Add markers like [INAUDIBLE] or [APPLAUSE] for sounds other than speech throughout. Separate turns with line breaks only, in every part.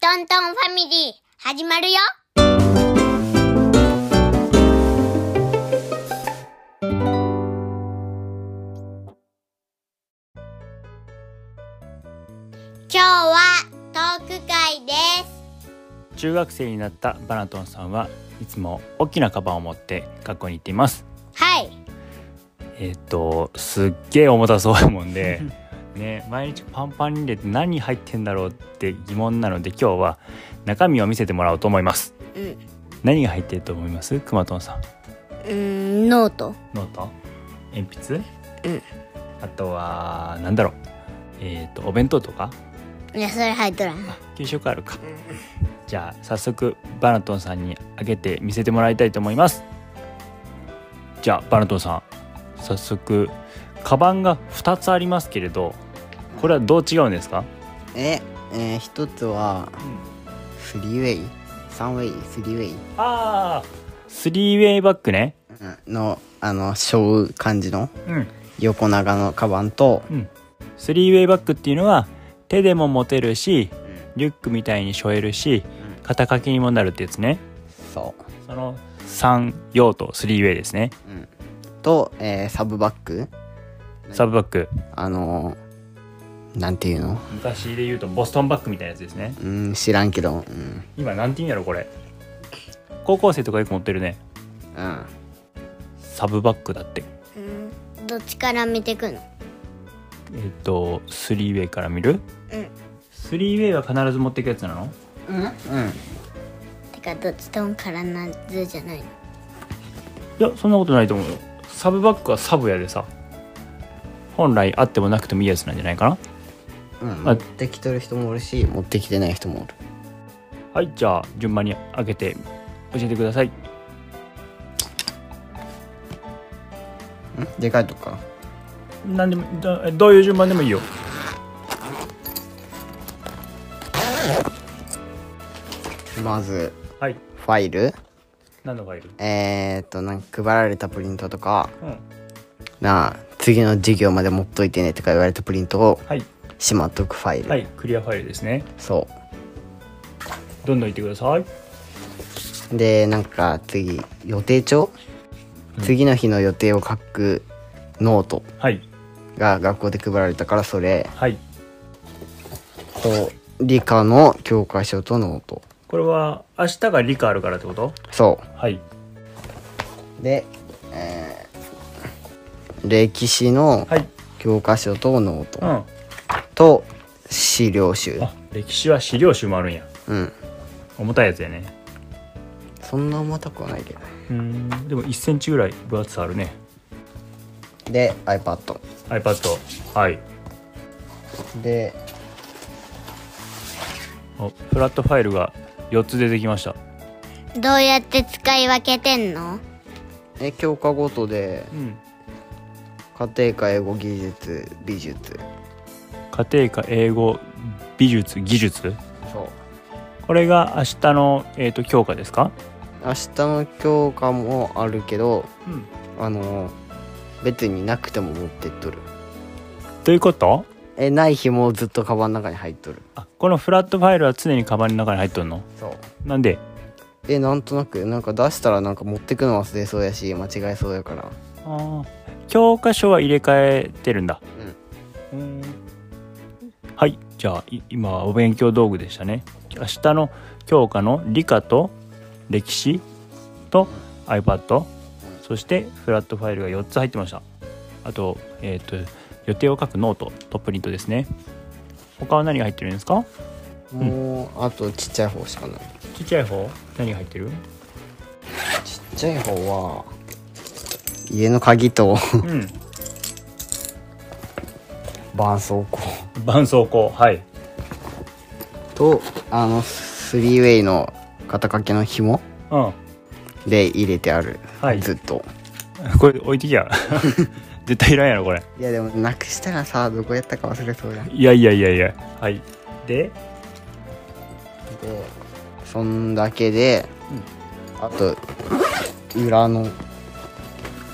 トントンファミリー、始まるよ今日はトーク会です。
中学生になったバナトンさんはいつも大きなカバンを持って学校に行っています
はい。
えっ、とすっげえ重たそうやも
[LAUGHS]
んでね毎日パンパンに入れて何入ってんだろうって疑問なので今日は中身を見せてもらおうと思います
うん。
何が入ってると思いますくまとんさん
うん、ノート。
ノート鉛筆
うん
あとはなんだろうえっ、とお弁当とか
いや、それ入っとらん。
あ給食あるかじゃあ早速バナトンさんに開けて見せてもらいたいと思いますじゃあバナトンさん早速カバンが2つありますけれどこれはどう違うんですか
え、えー、一つは、フリーウェイサンウェイスリーウェイ、
ああスリーウェイバッグね
うんのあの背負う感じの
うん
横長のカバンと、
スリーウェイバッグっていうのは手でも持てるしリュックみたいに背負えるし肩掛けにもなるってやつね
そ
その3用途スリーウェイですね
う、うん、と、えーサブバッグ
サブバッグ
あのーなんていうの
昔で言うとボストンバッグみたいなやつですね
うん知らんけどうん、
今なんて言うんやろこれ高校生とかよく持ってるね
うん、
サブバッグだって
うん。どっちから見てくの
えっ、とスリーウェイから見る
うん。
スリーウェイは必ず持っていくやつなの
てか、どっちともからなずじゃないの。
いやそんなことないと思うよサブバッグはサブやでさ本来あってもなくてもいいやつなんじゃないかな
うんうん、持
あ
ってきてる人もおるし持ってきてない人もおる
はいじゃあ順番に開けて教えてください
んでかいとこか
なんでもどどういう順番でもいいよ
らまず
はい
ファイル
何のファイル
えー、っとなんか配られたプリントとか
うん
なあ次の授業まで持っといてねとか言われたプリントを
はい
しまっとくファイル、
はいクリアファイルですね
そ
どんどんいってくださいう
でなんか次予定帳、次の日の予定を書くノート
はい
が学校で配られたからそれ
はい
と理科の教科書とノート
これは明日が理科あるからってこと
そ
はいう
で、えー歴史の
はい
教科書とノート、
うん
と資料集
あ歴史は資料集もあるんや
うん
重たいやつやね
そんな重たくはないけど
うんでも1センチぐらい分厚さあるね
で iPad
iPad はい
で
おフラットファイルが4つ出てきました
どうやって使い分けてんの
え教科ごとで
うん
家庭科英語技術美術
家庭科英語美術技術
そう
これが明日の、えー、と教科ですか
明日の教科もあるけど
うん
あの別になくても持ってっとる
ということ
えない日もずっとカバンの中に入っとる
あこのフラットファイルは常にカバンの中に入っとんの
そう
なんで
えなんとなくなんか出したらなんか持ってくの忘れそうやし間違えそうやから
ああ教科書は入れ替えてるんだうんはいじゃあい今はお勉強道具でしたね明日の教科の理科と歴史と iPad そしてフラットファイルが4つ入ってましたあと,、えー、と予定を書くノートとプリントですね他は何が入ってるんですか
うんもうあとちっちゃい方しかない
ちっちゃい方何が入ってる
ちっちゃい方は家の鍵と
うん
絆創膏
絆創膏はい
とあのスリーウェイの肩掛けの紐
うん
で入れてある、
はい
ずっと
これ置いてきや [LAUGHS] 絶対いらんやろこれ
いやでもなくしたらさどこやったか忘れそうやんで
いやいやいやいやはいで
そんだけで、あと裏の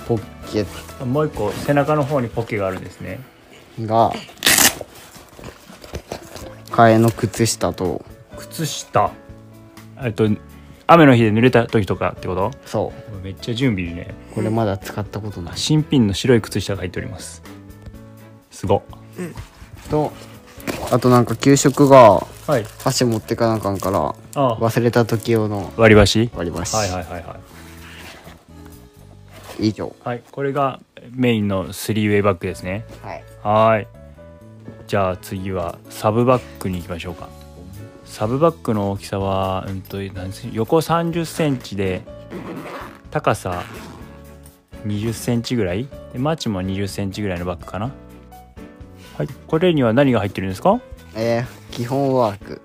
ポッケ
もう一個背中の方にポケがあるんですね
が替えの靴下と
靴下えっと雨の日で濡れた時とかってこと
そう
めっちゃ準備いいね
これまだ使ったことない
新品の白い靴下が入っておりますすごっ
とあとなんか給食が
はい
箸持ってかなあかんから
ああ
忘れた時用の
割り箸
割り箸、
はいはいはいはい
以上
はいこれがメインの 3way バッグですね
はい
はーいじゃあ次はサブバッグに行きましょうかサブバッグの大きさは、うん、と何センチ横3 0センチで高さ2 0センチぐらいでマーチも2 0センチぐらいのバッグかなはいこれには何が入ってるんですか
えー、基本ワーク、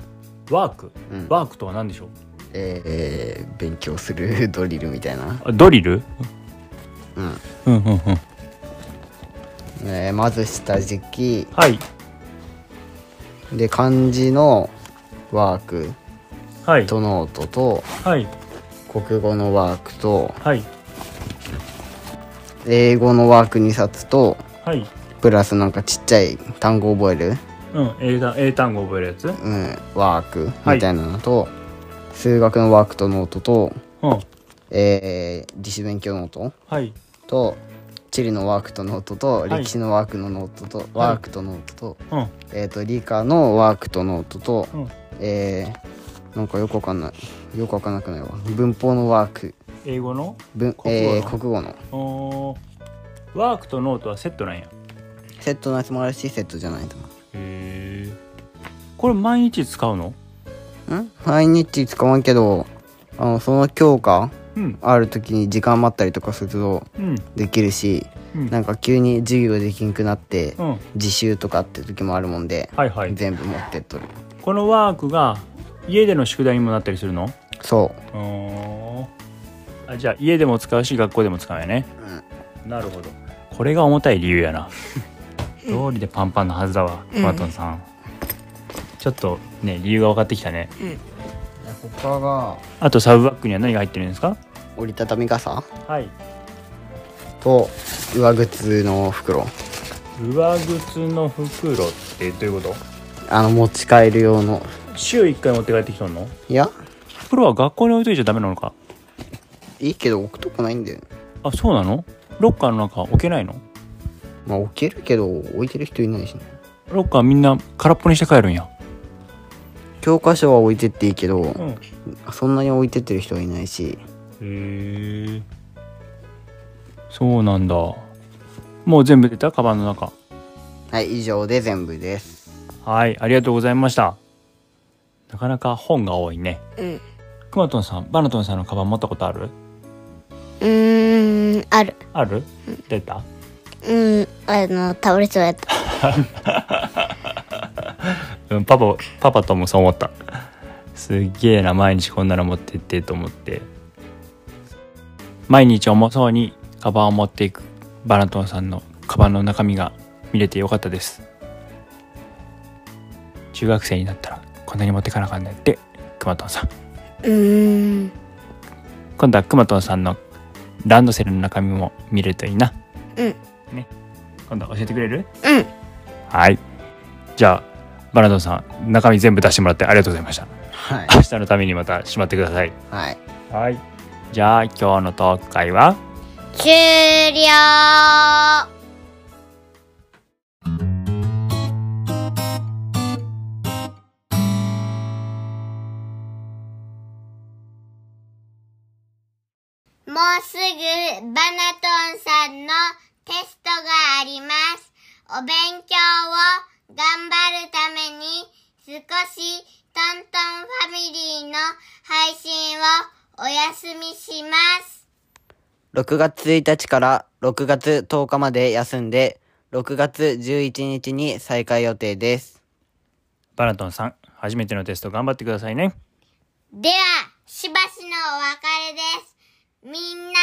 ワーク
うん、
ワークとは何でしょう
えー、勉強するドリルみたいな、
あドリル
うん
うんうんうん
えー、まず下敷き
はい
で漢字のワーク
はい
とノートと
はい
国語のワークと
はい
英語のワーク2冊と
はい
プラスなんかちっちゃい単語覚える、
うん英単英単語覚えるやつうん
うん、ワーク
はい
みたいなのと、数学のワークとノートと、えー、自主勉強ノート
はい
と地理のワークとノートと
い
歴史のワークのノートと、ワークとノートと,、
うん
えー、と理科のワークとノートと、
うん
えー、なんかよくわかんないよくわかんなくないわ文法のワーク
英語の
文
国語の
えー国語の
おーワークとノートはセットなんや
セットのやつもあるしセットじゃないと思
へえこれ毎日使うの
うん毎日使わんけどあのその教科
うん
ある時に時間余ったりとかすると
うん
できるし
うん
なんか急に授業できんくなって
うん
自習とかって時もあるもんで
はいはい
全部持ってっとる
このワークが家での宿題にもなったりするの
そう
ーんあじゃあ家でも使うし学校でも使うよねなるほどこれが重たい理由や [LAUGHS] な通りでパンパンのはずだわトマトンさん、ちょっとね理由が分かってきたね
う他が
あとサブバッグには何が入ってるんですか
折りたたみ傘
はい
と上靴の袋
上靴の袋ってどういうこと
あの持ち帰る用の
週1回持って帰ってきとんの
いや
袋は学校に置いといちゃダメなのか
いいけど置くとこないんだよね
あそうなのロッカーの中置けないの
まあ置けるけど置いてる人いないしね
ロッカーみんな空っぽにして帰るんや
教科書は置いてっていいけど、
んへ
そんなに置いてってる人はいないし
えそうなんだもう全部出たカバンの中
はい以上で全部です
はいありがとうございましたなかなか本が多いね
うん
くまとんさんバナトンさんのカバン持ったことある
うーんある
ある出た
うんあの倒れそうやった
うん、パパパパともそう思ったすっげえな毎日こんなの持ってってと思って毎日重そうにカバンを持っていくバナトンさんのカバンの中身が見れてよかったです中学生になったらこんなに持ってかなあかんねんってくまとんさん
うーん
今度はくまとんさんのランドセルの中身も見れるといいな
うん
ね今度教えてくれる
うん
はいじゃあバナトンさん中身全部出してもらってありがとうございました
はい
明日のためにまたしまってください。
はい
はい。じゃあ今日のトーク会は
終了もうすぐバナトンさんのテストがあります。お勉強を頑張るために少しトントンファミリーの配信をお休みします。
6月1日から6月10日まで休んで6月11日に再開予定です
バラトンさん、初めてのテスト頑張ってくださいね。
では、しばしのお別れです。みんな、